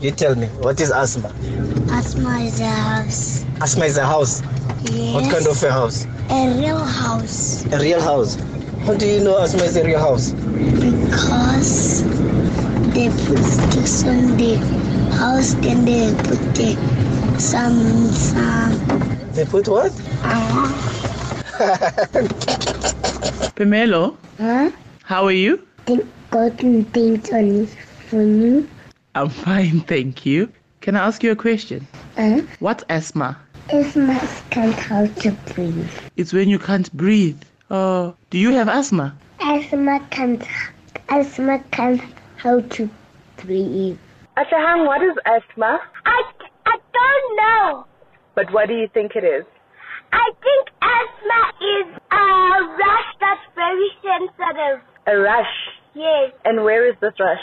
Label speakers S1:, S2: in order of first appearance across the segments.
S1: You tell me, what is asthma?
S2: Asma is a house.
S1: Asthma is a house.
S2: Yes.
S1: What kind of a house?
S2: A real house.
S1: A real house. How do you know asthma is a real house?
S2: Because they put sticks on the house, then they put the some some.
S1: They put what?
S2: Uh,
S3: Pamelo,
S2: huh?
S3: how are you?
S2: Think golden things on for you.
S3: I'm fine, thank you. Can I ask you a question?
S2: Uh,
S3: What's asthma?
S2: if mask can't how to breathe.
S3: It's when you can't breathe. Oh, do you have asthma?
S2: Asthma can't. Asthma can't how to breathe.
S4: Ashahan, what is asthma?
S5: I, I don't know.
S4: But what do you think it is?
S5: I think asthma is a rash that's very sensitive.
S4: A rash.
S5: Yes,
S4: And where is this rash?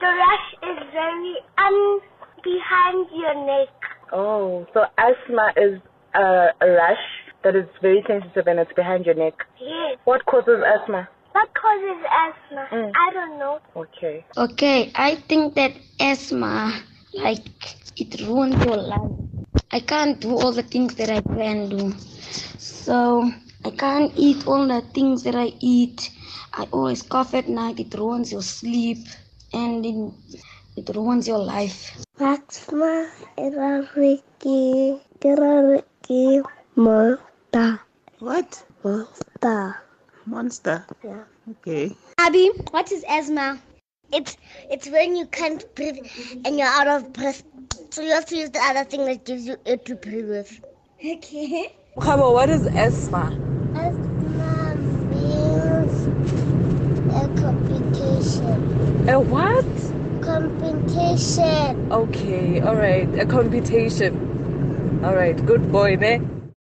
S5: the rash is very un behind your neck.
S4: Oh, so asthma is a, a rash that is very sensitive and it's behind your neck.
S5: Yes.
S4: What causes asthma?
S5: What causes asthma?
S4: Mm.
S5: I don't know.
S4: Okay.
S6: Okay, I think that asthma, like, it ruined your life. I can't do all the things that I can do. So, I can't eat all the things that I eat. I always cough at night, it ruins your sleep, and it, it ruins your life.
S2: Asma irariki irariki mota
S7: What?
S2: mota.
S7: Monster?
S2: Yeah.
S7: Okay.
S6: Abby, what is asthma?
S8: It's it's when you can't breathe and you're out of breath. So you have to use the other thing that gives you air to breathe with.
S6: Okay.
S4: Kabo, what is asthma?
S2: Asma means a complication.
S4: A what?
S2: Complication.
S4: Okay, all right. A computation. All right, good boy, ne?